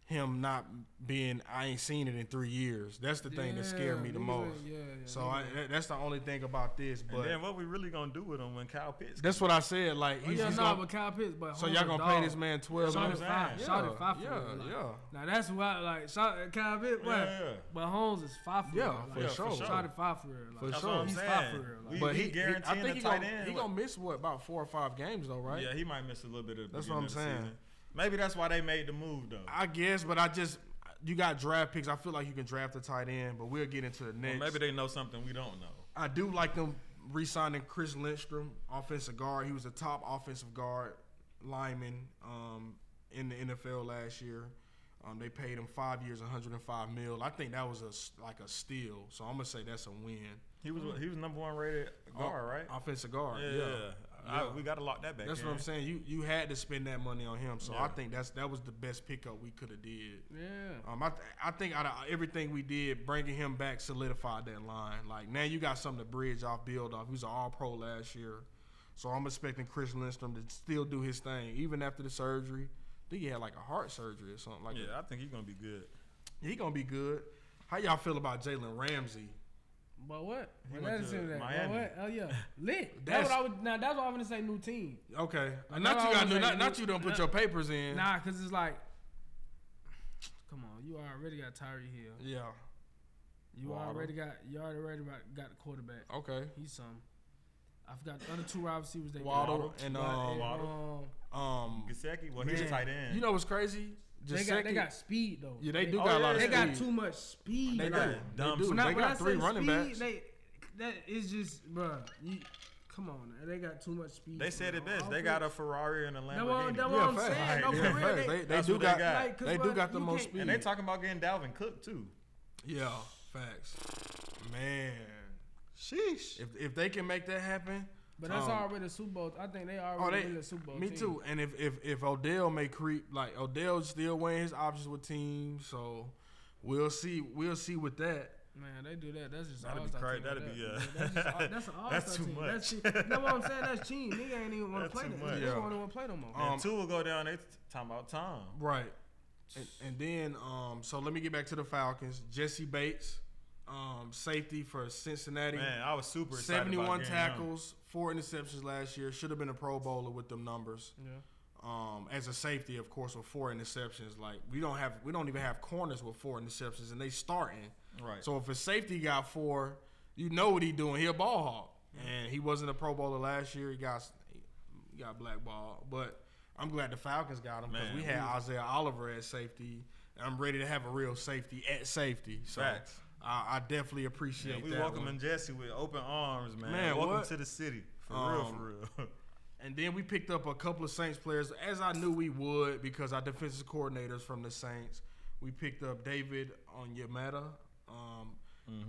[SPEAKER 2] him not being I ain't seen it in three years. That's the thing that scared me the
[SPEAKER 3] niggas
[SPEAKER 2] most.
[SPEAKER 3] ain't- yeah, yeah,
[SPEAKER 2] So
[SPEAKER 3] niggas
[SPEAKER 2] I,
[SPEAKER 3] ain't-
[SPEAKER 2] that- that's the only thing about this.
[SPEAKER 1] And
[SPEAKER 2] But
[SPEAKER 1] then what we really gonna do with him when Kyle Pitts?
[SPEAKER 2] that's what I said. Like
[SPEAKER 3] Oh,
[SPEAKER 2] he's,
[SPEAKER 3] yeah,
[SPEAKER 2] he's
[SPEAKER 3] nah,
[SPEAKER 2] gonna,
[SPEAKER 3] but Kyle Pitts, but
[SPEAKER 2] so
[SPEAKER 3] Homer's
[SPEAKER 2] y'all gonna pay
[SPEAKER 3] dog.
[SPEAKER 2] this man
[SPEAKER 1] Shot
[SPEAKER 2] twelve
[SPEAKER 1] him
[SPEAKER 3] Shot
[SPEAKER 2] minutes?
[SPEAKER 3] at
[SPEAKER 1] his
[SPEAKER 3] five.
[SPEAKER 1] ass.
[SPEAKER 3] Shot at five.
[SPEAKER 2] Yeah,
[SPEAKER 3] for real, like.
[SPEAKER 2] yeah.
[SPEAKER 3] Now that's why, like, uh, shot at Kyle Pitts,
[SPEAKER 1] yeah,
[SPEAKER 3] but
[SPEAKER 1] yeah.
[SPEAKER 3] but Holmes is five for
[SPEAKER 2] Yeah,
[SPEAKER 3] real.
[SPEAKER 2] for
[SPEAKER 3] like,
[SPEAKER 1] sure.
[SPEAKER 3] Shot at five for real. Like,
[SPEAKER 2] For
[SPEAKER 1] That's
[SPEAKER 2] sure.
[SPEAKER 1] what I'm
[SPEAKER 3] He's
[SPEAKER 1] saying.
[SPEAKER 3] five for real. Like,
[SPEAKER 1] We-
[SPEAKER 2] But
[SPEAKER 1] he
[SPEAKER 2] he, he I
[SPEAKER 1] guaranteeing
[SPEAKER 2] think
[SPEAKER 1] a
[SPEAKER 2] he
[SPEAKER 1] tight
[SPEAKER 2] gonna,
[SPEAKER 1] end.
[SPEAKER 2] he
[SPEAKER 1] What-
[SPEAKER 2] gonna miss what about four or five games though, right?
[SPEAKER 1] Yeah, he might miss a little bit of. The
[SPEAKER 2] That's what I'm
[SPEAKER 1] beginning of the
[SPEAKER 2] saying.
[SPEAKER 1] season. Maybe that's why they made the move though.
[SPEAKER 2] I guess, but I just you got draft picks. I feel like you can draft a tight end, but we'll get into the
[SPEAKER 1] Or
[SPEAKER 2] next.
[SPEAKER 1] maybe they know something we don't know.
[SPEAKER 2] I do like them re-signing Chris Lindstrom, offensive guard. He was a top offensive guard lineman um, in the NFL last year. Um, they paid him five years, 105 mil. I think that was a s- like a steal. So I'm gonna say that's a win.
[SPEAKER 1] He was he was number one rated guard, right?
[SPEAKER 2] Offensive guard.
[SPEAKER 1] yeah,
[SPEAKER 2] Oh, uh, yeah.
[SPEAKER 1] I-
[SPEAKER 2] Yeah.
[SPEAKER 1] we gotta lock that back.
[SPEAKER 2] That's
[SPEAKER 1] in.
[SPEAKER 2] what I'm saying. You you had to spend that money on him. So I
[SPEAKER 1] Yeah.
[SPEAKER 2] think that's that was the best pickup we could have did.
[SPEAKER 3] yeah.
[SPEAKER 2] Um, I, th- I think out of everything we did, bringing him back solidified that line. Like now you got something to bridge off, build off. He was an All Pro last year, so I'm expecting Chris Lindstrom to still do his thing even after the surgery. I think he had like a heart surgery or something. Like that.
[SPEAKER 1] Yeah, I think he's gonna be good.
[SPEAKER 2] he gonna be good. How y'all feel about Jalen Ramsey?
[SPEAKER 3] But what? But
[SPEAKER 1] went
[SPEAKER 3] that's
[SPEAKER 1] to
[SPEAKER 3] that. But
[SPEAKER 1] Miami.
[SPEAKER 3] what? Oh yeah, lit.
[SPEAKER 2] That's-
[SPEAKER 3] that's what I would. Now that's what I would say. New team.
[SPEAKER 2] Okay,
[SPEAKER 3] Like,
[SPEAKER 2] not
[SPEAKER 3] I
[SPEAKER 2] you got
[SPEAKER 3] was
[SPEAKER 2] new,
[SPEAKER 3] like,
[SPEAKER 2] not,
[SPEAKER 3] you-
[SPEAKER 2] not you don't put
[SPEAKER 3] nah.
[SPEAKER 2] your papers in.
[SPEAKER 3] Nah, cause it's like, come on, you already got Tyree Hill.
[SPEAKER 2] Yeah.
[SPEAKER 3] You
[SPEAKER 2] Waddle.
[SPEAKER 3] already got. You already about- got the quarterback.
[SPEAKER 2] Okay.
[SPEAKER 3] He's some. I forgot the other two wide receivers. They got.
[SPEAKER 2] Waddle and um,
[SPEAKER 1] Waddle.
[SPEAKER 3] um,
[SPEAKER 2] um
[SPEAKER 1] Gasecki, well, he's a
[SPEAKER 3] Man,
[SPEAKER 1] tight end.
[SPEAKER 2] you know what's crazy?
[SPEAKER 3] they got they
[SPEAKER 2] Gesicki-
[SPEAKER 3] got speed though.
[SPEAKER 2] yeah, they do
[SPEAKER 1] Oh,
[SPEAKER 2] got a lot
[SPEAKER 1] yeah,
[SPEAKER 2] of
[SPEAKER 3] They
[SPEAKER 1] yeah.
[SPEAKER 3] got
[SPEAKER 2] speed.
[SPEAKER 3] too much speed.
[SPEAKER 2] They
[SPEAKER 3] like,
[SPEAKER 2] do.
[SPEAKER 1] got
[SPEAKER 2] They
[SPEAKER 1] dumb
[SPEAKER 2] do.
[SPEAKER 1] speed.
[SPEAKER 3] When I-
[SPEAKER 2] They
[SPEAKER 3] when I
[SPEAKER 2] got three
[SPEAKER 3] say
[SPEAKER 2] running
[SPEAKER 3] speed,
[SPEAKER 2] backs.
[SPEAKER 3] They, that is just, bruh. You, come on, now, they got too much speed.
[SPEAKER 1] They
[SPEAKER 3] for
[SPEAKER 1] said
[SPEAKER 3] me.
[SPEAKER 1] it
[SPEAKER 3] I
[SPEAKER 1] best.
[SPEAKER 3] don't
[SPEAKER 1] They
[SPEAKER 3] feel-
[SPEAKER 1] got a Ferrari and a
[SPEAKER 3] That what,
[SPEAKER 1] Lamborghini.
[SPEAKER 3] that what
[SPEAKER 2] Yeah,
[SPEAKER 3] I'm
[SPEAKER 2] facts.
[SPEAKER 3] saying. No,
[SPEAKER 1] Right,
[SPEAKER 3] for
[SPEAKER 1] yeah,
[SPEAKER 3] real,
[SPEAKER 2] facts.
[SPEAKER 3] they,
[SPEAKER 2] They- they
[SPEAKER 1] That's
[SPEAKER 2] do
[SPEAKER 1] what they
[SPEAKER 2] got-
[SPEAKER 1] got.
[SPEAKER 3] like, 'cause
[SPEAKER 2] they do
[SPEAKER 3] bruh,
[SPEAKER 2] got the
[SPEAKER 3] you
[SPEAKER 2] most
[SPEAKER 3] can't-
[SPEAKER 2] speed.
[SPEAKER 1] and they talking about getting Dalvin Cook too.
[SPEAKER 2] Yeah, facts. Man, sheesh. If if they can make that happen,
[SPEAKER 3] But that's
[SPEAKER 2] um,
[SPEAKER 3] already a Super Bowl. I think they
[SPEAKER 2] Oh,
[SPEAKER 3] already
[SPEAKER 2] they,
[SPEAKER 3] in the Super Bowl.
[SPEAKER 2] me
[SPEAKER 3] team.
[SPEAKER 2] too. And if, if if Odell may creep, like Odell still weighing his options with teams, so we'll see. We'll see with that.
[SPEAKER 3] Man, they do that. That's just
[SPEAKER 1] That'd be
[SPEAKER 3] all-star
[SPEAKER 1] cra-
[SPEAKER 3] team
[SPEAKER 1] that'd
[SPEAKER 3] right
[SPEAKER 1] be,
[SPEAKER 3] there.
[SPEAKER 1] uh,
[SPEAKER 3] that's, just, all-
[SPEAKER 1] that's
[SPEAKER 3] that's an all
[SPEAKER 1] too
[SPEAKER 3] team. That's
[SPEAKER 1] much.
[SPEAKER 3] cheap. That's what I'm saying. That's cheap. Nigga ain't even want
[SPEAKER 1] That's
[SPEAKER 3] to play.
[SPEAKER 1] too
[SPEAKER 3] That.
[SPEAKER 1] much. Uh,
[SPEAKER 3] Nigga
[SPEAKER 2] Yeah.
[SPEAKER 3] don't want to play no more.
[SPEAKER 2] Um,
[SPEAKER 1] and two will go down. They t- talking about Tom.
[SPEAKER 2] Right. And, and then, um, so let me get back to the Falcons. Jesse Bates, um, safety for Cincinnati.
[SPEAKER 1] Man, I was super excited. about
[SPEAKER 2] 71
[SPEAKER 1] getting him.
[SPEAKER 2] tackles, four interceptions last year. Should have been a Pro Bowler with them numbers.
[SPEAKER 3] yeah.
[SPEAKER 2] Um, as a safety, of course, with four interceptions, like we don't have, we don't even have corners with four interceptions, and they starting.
[SPEAKER 1] Right.
[SPEAKER 2] So if a safety got four, you know what he doing. He a ball hawk, and he wasn't a Pro Bowler last year. He got, he got blackballed. But I'm glad the Falcons got him because
[SPEAKER 1] Man,
[SPEAKER 2] we had Isaiah Oliver at safety. and I'm ready to have a real safety at safety. So
[SPEAKER 1] Facts.
[SPEAKER 2] I, I definitely appreciate
[SPEAKER 1] Man, we
[SPEAKER 2] that.
[SPEAKER 1] welcoming
[SPEAKER 2] one.
[SPEAKER 1] Jesse with open arms, man.
[SPEAKER 2] Man,
[SPEAKER 1] Welcome
[SPEAKER 2] what?
[SPEAKER 1] to the city, for real,
[SPEAKER 2] Um,
[SPEAKER 1] for real.
[SPEAKER 2] And then we picked up a couple of Saints players, as I knew we would, because our defensive coordinators from the Saints. We picked up David on Yamada. Um,
[SPEAKER 1] Mm-hmm.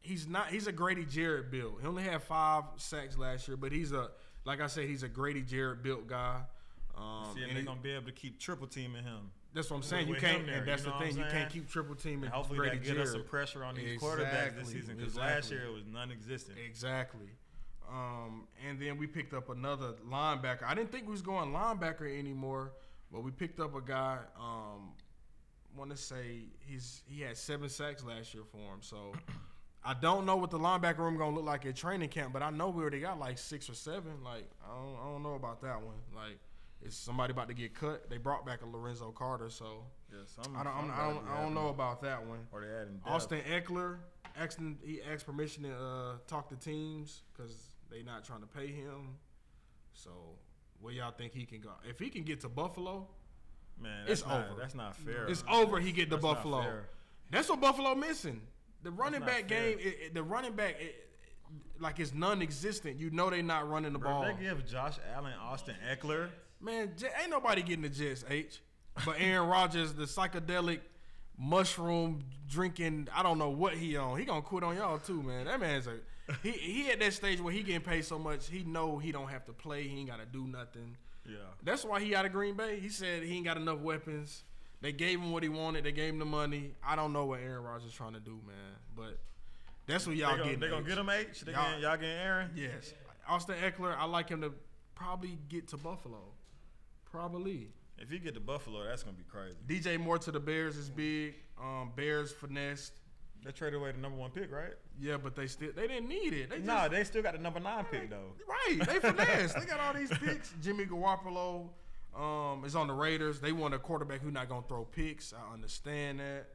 [SPEAKER 2] He's not. He's a Grady Jarrett build. He only had five sacks last year, but he's a like I said, he's a Grady Jarrett built guy. Um,
[SPEAKER 1] See if
[SPEAKER 2] and
[SPEAKER 1] they're
[SPEAKER 2] he-
[SPEAKER 1] gonna be able to keep triple teaming him.
[SPEAKER 2] that's what I'm saying. You
[SPEAKER 1] with him
[SPEAKER 2] can't.
[SPEAKER 1] there,
[SPEAKER 2] and that's
[SPEAKER 1] you know
[SPEAKER 2] the
[SPEAKER 1] what I'm
[SPEAKER 2] thing. You can't
[SPEAKER 1] saying?
[SPEAKER 2] keep triple teaming
[SPEAKER 1] And hopefully
[SPEAKER 2] Grady
[SPEAKER 1] that get us some
[SPEAKER 2] Jarrett.
[SPEAKER 1] pressures on these quarterbacks this
[SPEAKER 2] Exactly,
[SPEAKER 1] season because last
[SPEAKER 2] exactly.
[SPEAKER 1] year it was non-existent.
[SPEAKER 2] Exactly. Um, and then we picked up another linebacker. I didn't think we was going linebacker anymore, but we picked up a guy. Um, Want to say he's he had seven sacks last year for him. So I don't know what the linebacker room gonna look like at training camp, but I know we already got like six or seven. Like I don't, I don't know about that one. Like is somebody about to get cut? They brought back a Lorenzo Carter, so
[SPEAKER 1] Yes, I'm,
[SPEAKER 2] I don't I'm,
[SPEAKER 1] I'm
[SPEAKER 2] I
[SPEAKER 1] glad
[SPEAKER 2] don't
[SPEAKER 1] we
[SPEAKER 2] I
[SPEAKER 1] have
[SPEAKER 2] don't
[SPEAKER 1] him.
[SPEAKER 2] know about that one.
[SPEAKER 1] Or they adding depth.
[SPEAKER 2] Austin Eckler asked him- he asked permission to uh, talk to teams because they not trying to pay him. So where y'all think he can go? If he can get to Buffalo,
[SPEAKER 1] Man,
[SPEAKER 2] It's
[SPEAKER 1] that's not,
[SPEAKER 2] over.
[SPEAKER 1] That's not fair.
[SPEAKER 2] it's over. He get to
[SPEAKER 1] That's not
[SPEAKER 2] Buffalo.
[SPEAKER 1] fair.
[SPEAKER 2] That's what Buffalo missing. The running
[SPEAKER 1] not
[SPEAKER 2] back
[SPEAKER 1] fair.
[SPEAKER 2] game, it, it- the running back, it, it- like it's non-existent. You know they not running the
[SPEAKER 1] Bro,
[SPEAKER 2] ball.
[SPEAKER 1] if they give Josh Allen, Austin Eckler.
[SPEAKER 2] Man, J- ain't nobody getting the Jets, H. But Aaron Rodgers, the psychedelic mushroom drinking, I don't know what he on. He gonna quit on y'all too, man. That man's a he he at that stage where he getting paid so much, he know he don't have to play, he ain't gotta do nothing.
[SPEAKER 1] Yeah.
[SPEAKER 2] That's why he out of Green Bay. He said he ain't got enough weapons. They gave him what he wanted, they gave him the money. I don't know what Aaron Rodgers trying to do, man. But that's what y'all
[SPEAKER 1] They're
[SPEAKER 2] getting.
[SPEAKER 1] going to
[SPEAKER 2] H.
[SPEAKER 1] get him H. They
[SPEAKER 2] Y'all-
[SPEAKER 1] getting, y'all getting Aaron.
[SPEAKER 2] Yes. Austin Eckler, I like him to probably get to Buffalo. Probably.
[SPEAKER 1] If he get to Buffalo, that's gonna be crazy.
[SPEAKER 2] DJ Moore to the Bears is big. Um, Bears finessed.
[SPEAKER 1] They traded away the number one pick, right?
[SPEAKER 2] Yeah, but they still they didn't need it. They just,
[SPEAKER 1] nah, they still got the number nine pick though.
[SPEAKER 2] Right, they finessed. they got all these picks. Jimmy Garoppolo um, is on the Raiders. They want a quarterback who's not gonna throw picks. I understand that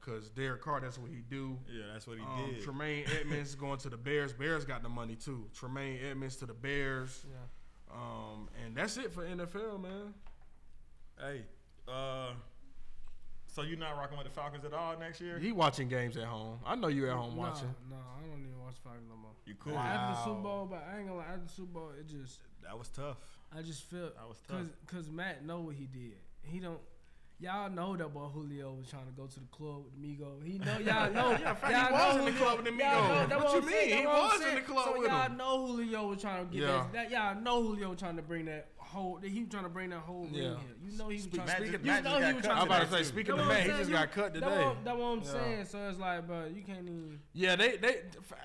[SPEAKER 2] because Derek Carr, that's what he do.
[SPEAKER 1] Yeah, that's what he
[SPEAKER 2] Um,
[SPEAKER 1] did.
[SPEAKER 2] Tremaine Edmonds is going to the Bears. Bears got the money too. Tremaine Edmonds to the Bears.
[SPEAKER 3] Yeah.
[SPEAKER 2] Um, and that's it for NFL, man.
[SPEAKER 1] hey, uh, so you not rocking with the Falcons at all next year?
[SPEAKER 2] He watching games at home. I know you at home
[SPEAKER 3] Nah,
[SPEAKER 2] watching.
[SPEAKER 3] No, I don't even watch Falcons no more.
[SPEAKER 1] You cool?
[SPEAKER 2] Wow.
[SPEAKER 3] After the Super Bowl, but I ain't gonna lie. After the Super Bowl, it just
[SPEAKER 1] That was tough.
[SPEAKER 3] I just felt
[SPEAKER 1] That was tough.
[SPEAKER 3] cause cause Matt know what he did. He don't. Y'all know that boy Julio was trying to go to the club with Migo. He know y'all know.
[SPEAKER 2] Yeah, in fact, he
[SPEAKER 3] y'all
[SPEAKER 2] was
[SPEAKER 3] know
[SPEAKER 2] in the
[SPEAKER 3] Julio-
[SPEAKER 2] club with them
[SPEAKER 3] y'all
[SPEAKER 2] Migos.
[SPEAKER 3] know- that's
[SPEAKER 2] What you
[SPEAKER 3] I'm saying,
[SPEAKER 2] mean? He
[SPEAKER 3] that's what I'm
[SPEAKER 2] was in the
[SPEAKER 3] saying.
[SPEAKER 2] club
[SPEAKER 3] so
[SPEAKER 2] with
[SPEAKER 3] y'all
[SPEAKER 2] them.
[SPEAKER 3] know Julio was trying to get
[SPEAKER 2] Yeah.
[SPEAKER 3] that, that. Y'all know Julio was trying to bring that whole. That he was trying to bring that whole ring
[SPEAKER 2] Yeah.
[SPEAKER 3] here. You know he was trying.
[SPEAKER 1] Matt
[SPEAKER 3] to,
[SPEAKER 1] just-
[SPEAKER 3] you
[SPEAKER 1] Matt just
[SPEAKER 3] know
[SPEAKER 1] got
[SPEAKER 3] he was
[SPEAKER 1] cut
[SPEAKER 2] I'm
[SPEAKER 3] trying
[SPEAKER 2] about
[SPEAKER 3] to.
[SPEAKER 2] to say,
[SPEAKER 1] That's true.
[SPEAKER 2] speaking
[SPEAKER 3] That's
[SPEAKER 2] of
[SPEAKER 3] what
[SPEAKER 2] man,
[SPEAKER 3] I'm
[SPEAKER 2] he
[SPEAKER 3] saying.
[SPEAKER 2] just
[SPEAKER 3] You-
[SPEAKER 2] got cut
[SPEAKER 3] That's
[SPEAKER 2] today.
[SPEAKER 3] what, that's what I'm
[SPEAKER 2] Yeah.
[SPEAKER 3] saying. So it's like, bro, you can't even.
[SPEAKER 2] Yeah, they they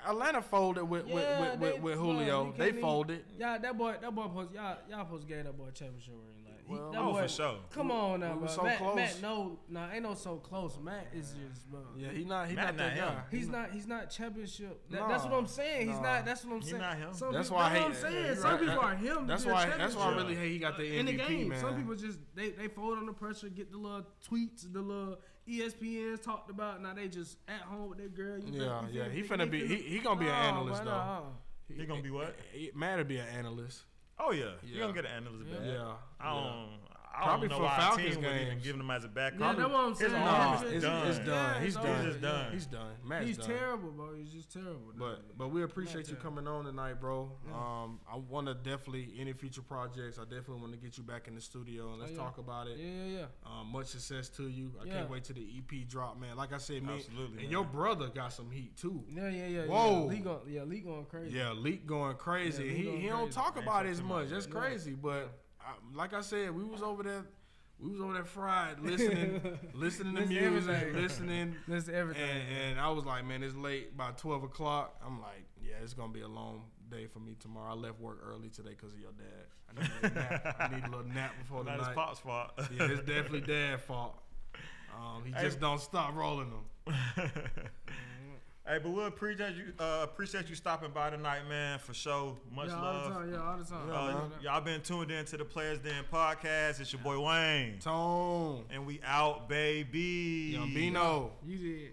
[SPEAKER 2] Atlanta folded with
[SPEAKER 3] Yeah,
[SPEAKER 2] with, with,
[SPEAKER 3] they-
[SPEAKER 2] with, with
[SPEAKER 3] bro,
[SPEAKER 2] Julio.
[SPEAKER 3] you
[SPEAKER 2] they
[SPEAKER 3] can't
[SPEAKER 2] folded.
[SPEAKER 3] Y'all, that boy, that boy, supposed, y'all, y'all supposed to get that boy a championship ring. Like, he,
[SPEAKER 2] Well,
[SPEAKER 3] that
[SPEAKER 1] Oh,
[SPEAKER 3] boy,
[SPEAKER 1] for sure.
[SPEAKER 3] Come on now,
[SPEAKER 2] we
[SPEAKER 3] bro.
[SPEAKER 2] was so
[SPEAKER 3] Matt,
[SPEAKER 2] close.
[SPEAKER 3] Matt, no, nah, ain't no so close. Matt is just, bro.
[SPEAKER 2] Yeah, he not he
[SPEAKER 1] Matt
[SPEAKER 2] not
[SPEAKER 1] not
[SPEAKER 2] that
[SPEAKER 1] him.
[SPEAKER 2] guy.
[SPEAKER 3] He's not. He's not championship. That, that's
[SPEAKER 2] Nah,
[SPEAKER 3] what I'm saying. He's
[SPEAKER 2] nah.
[SPEAKER 3] not. That's what I'm
[SPEAKER 1] He
[SPEAKER 3] saying.
[SPEAKER 1] not him.
[SPEAKER 3] Some
[SPEAKER 2] That's
[SPEAKER 3] people-
[SPEAKER 2] why I hate.
[SPEAKER 3] what I'm saying.
[SPEAKER 2] yeah,
[SPEAKER 3] Some
[SPEAKER 2] right,
[SPEAKER 3] people
[SPEAKER 2] that-
[SPEAKER 3] are him.
[SPEAKER 2] That's
[SPEAKER 3] to be a
[SPEAKER 2] why. That's why I
[SPEAKER 1] championship.
[SPEAKER 2] really hate he got the MVP
[SPEAKER 3] in the game,
[SPEAKER 2] man.
[SPEAKER 3] some people just they they fold on the pressure, get the little tweets, the little E ESPNs talked about. Now they just at home with their girl.
[SPEAKER 2] Yeah,
[SPEAKER 3] You feel- you
[SPEAKER 2] yeah,
[SPEAKER 3] feel
[SPEAKER 2] he
[SPEAKER 3] me?
[SPEAKER 2] finna be-
[SPEAKER 3] feel
[SPEAKER 2] he-
[SPEAKER 3] me?
[SPEAKER 2] he gonna be an
[SPEAKER 3] Nah, uh,
[SPEAKER 2] analyst,
[SPEAKER 3] bro,
[SPEAKER 2] though.
[SPEAKER 3] nah.
[SPEAKER 1] He gonna be what?
[SPEAKER 2] He- Matt to be an analyst.
[SPEAKER 1] Oh yeah, you
[SPEAKER 2] Yeah.
[SPEAKER 1] gonna get an analyst back.
[SPEAKER 2] Yeah.
[SPEAKER 1] I don't. I don't
[SPEAKER 2] Probably
[SPEAKER 1] know
[SPEAKER 2] for
[SPEAKER 1] why
[SPEAKER 2] Falcons
[SPEAKER 1] a team would even
[SPEAKER 2] games.
[SPEAKER 1] give him him as a backup.
[SPEAKER 3] Yeah, that's what I'm
[SPEAKER 1] His
[SPEAKER 3] saying.
[SPEAKER 1] arm
[SPEAKER 2] Nah,
[SPEAKER 1] is
[SPEAKER 3] Nah,
[SPEAKER 2] it's,
[SPEAKER 1] done.
[SPEAKER 2] it's done.
[SPEAKER 3] Yeah,
[SPEAKER 2] He's
[SPEAKER 3] it's
[SPEAKER 2] done.
[SPEAKER 1] over. He's done.
[SPEAKER 2] He's done. Matt's
[SPEAKER 3] He's
[SPEAKER 2] done.
[SPEAKER 3] terrible, bro. He's just terrible.
[SPEAKER 2] But
[SPEAKER 3] dude.
[SPEAKER 2] but we appreciate you
[SPEAKER 3] terrible.
[SPEAKER 2] coming on tonight, bro.
[SPEAKER 3] Yeah.
[SPEAKER 2] Um, I want to definitely any future projects. I definitely want to get you back in the studio and let's
[SPEAKER 3] Oh, yeah.
[SPEAKER 2] talk about it.
[SPEAKER 3] yeah, yeah, yeah.
[SPEAKER 2] Um, much success to you. I
[SPEAKER 3] Yeah.
[SPEAKER 2] can't wait to the EP drop, man. Like I said, man,
[SPEAKER 1] Absolutely,
[SPEAKER 2] and
[SPEAKER 1] man.
[SPEAKER 2] your brother got some heat too.
[SPEAKER 3] Yeah, yeah, yeah.
[SPEAKER 2] Whoa.
[SPEAKER 3] Yeah, Lee going, yeah, Lee going crazy.
[SPEAKER 2] Yeah, Leak going crazy.
[SPEAKER 3] Yeah, Leak
[SPEAKER 2] he
[SPEAKER 3] going
[SPEAKER 2] he don't
[SPEAKER 3] crazy.
[SPEAKER 2] talk
[SPEAKER 1] Ain't
[SPEAKER 2] about
[SPEAKER 1] talk
[SPEAKER 2] it as
[SPEAKER 1] too
[SPEAKER 2] much.
[SPEAKER 1] much,
[SPEAKER 2] That's
[SPEAKER 3] yeah.
[SPEAKER 2] crazy. But I, like I said, we was over there, we was over there fried listening, listening to
[SPEAKER 3] Listen to
[SPEAKER 2] music,
[SPEAKER 3] everything.
[SPEAKER 2] listening.
[SPEAKER 3] That's everything.
[SPEAKER 2] And, and I was like, man, it's late by twelve o'clock. I'm like, yeah, it's gonna be a long day for me tomorrow. I left work early today because of your dad. I need a little nap. I need a little nap before the
[SPEAKER 1] Not his
[SPEAKER 2] night.
[SPEAKER 1] pop's fault.
[SPEAKER 2] Yeah, it's definitely dad fault. Um, he
[SPEAKER 1] Hey.
[SPEAKER 2] just don't stop rolling them. Mm-hmm.
[SPEAKER 1] hey, but we appreciate you. Uh, appreciate you stopping by tonight, man. For sure. Much
[SPEAKER 3] yeah, all
[SPEAKER 1] love.
[SPEAKER 3] the time. Yeah, all the time.
[SPEAKER 2] Yeah,
[SPEAKER 1] Uh,
[SPEAKER 2] man.
[SPEAKER 1] y'all been tuned in to the Players Den podcast. It's your boy Wayne,
[SPEAKER 2] Tone,
[SPEAKER 1] and we out, baby.
[SPEAKER 2] Young Bino.
[SPEAKER 3] You did.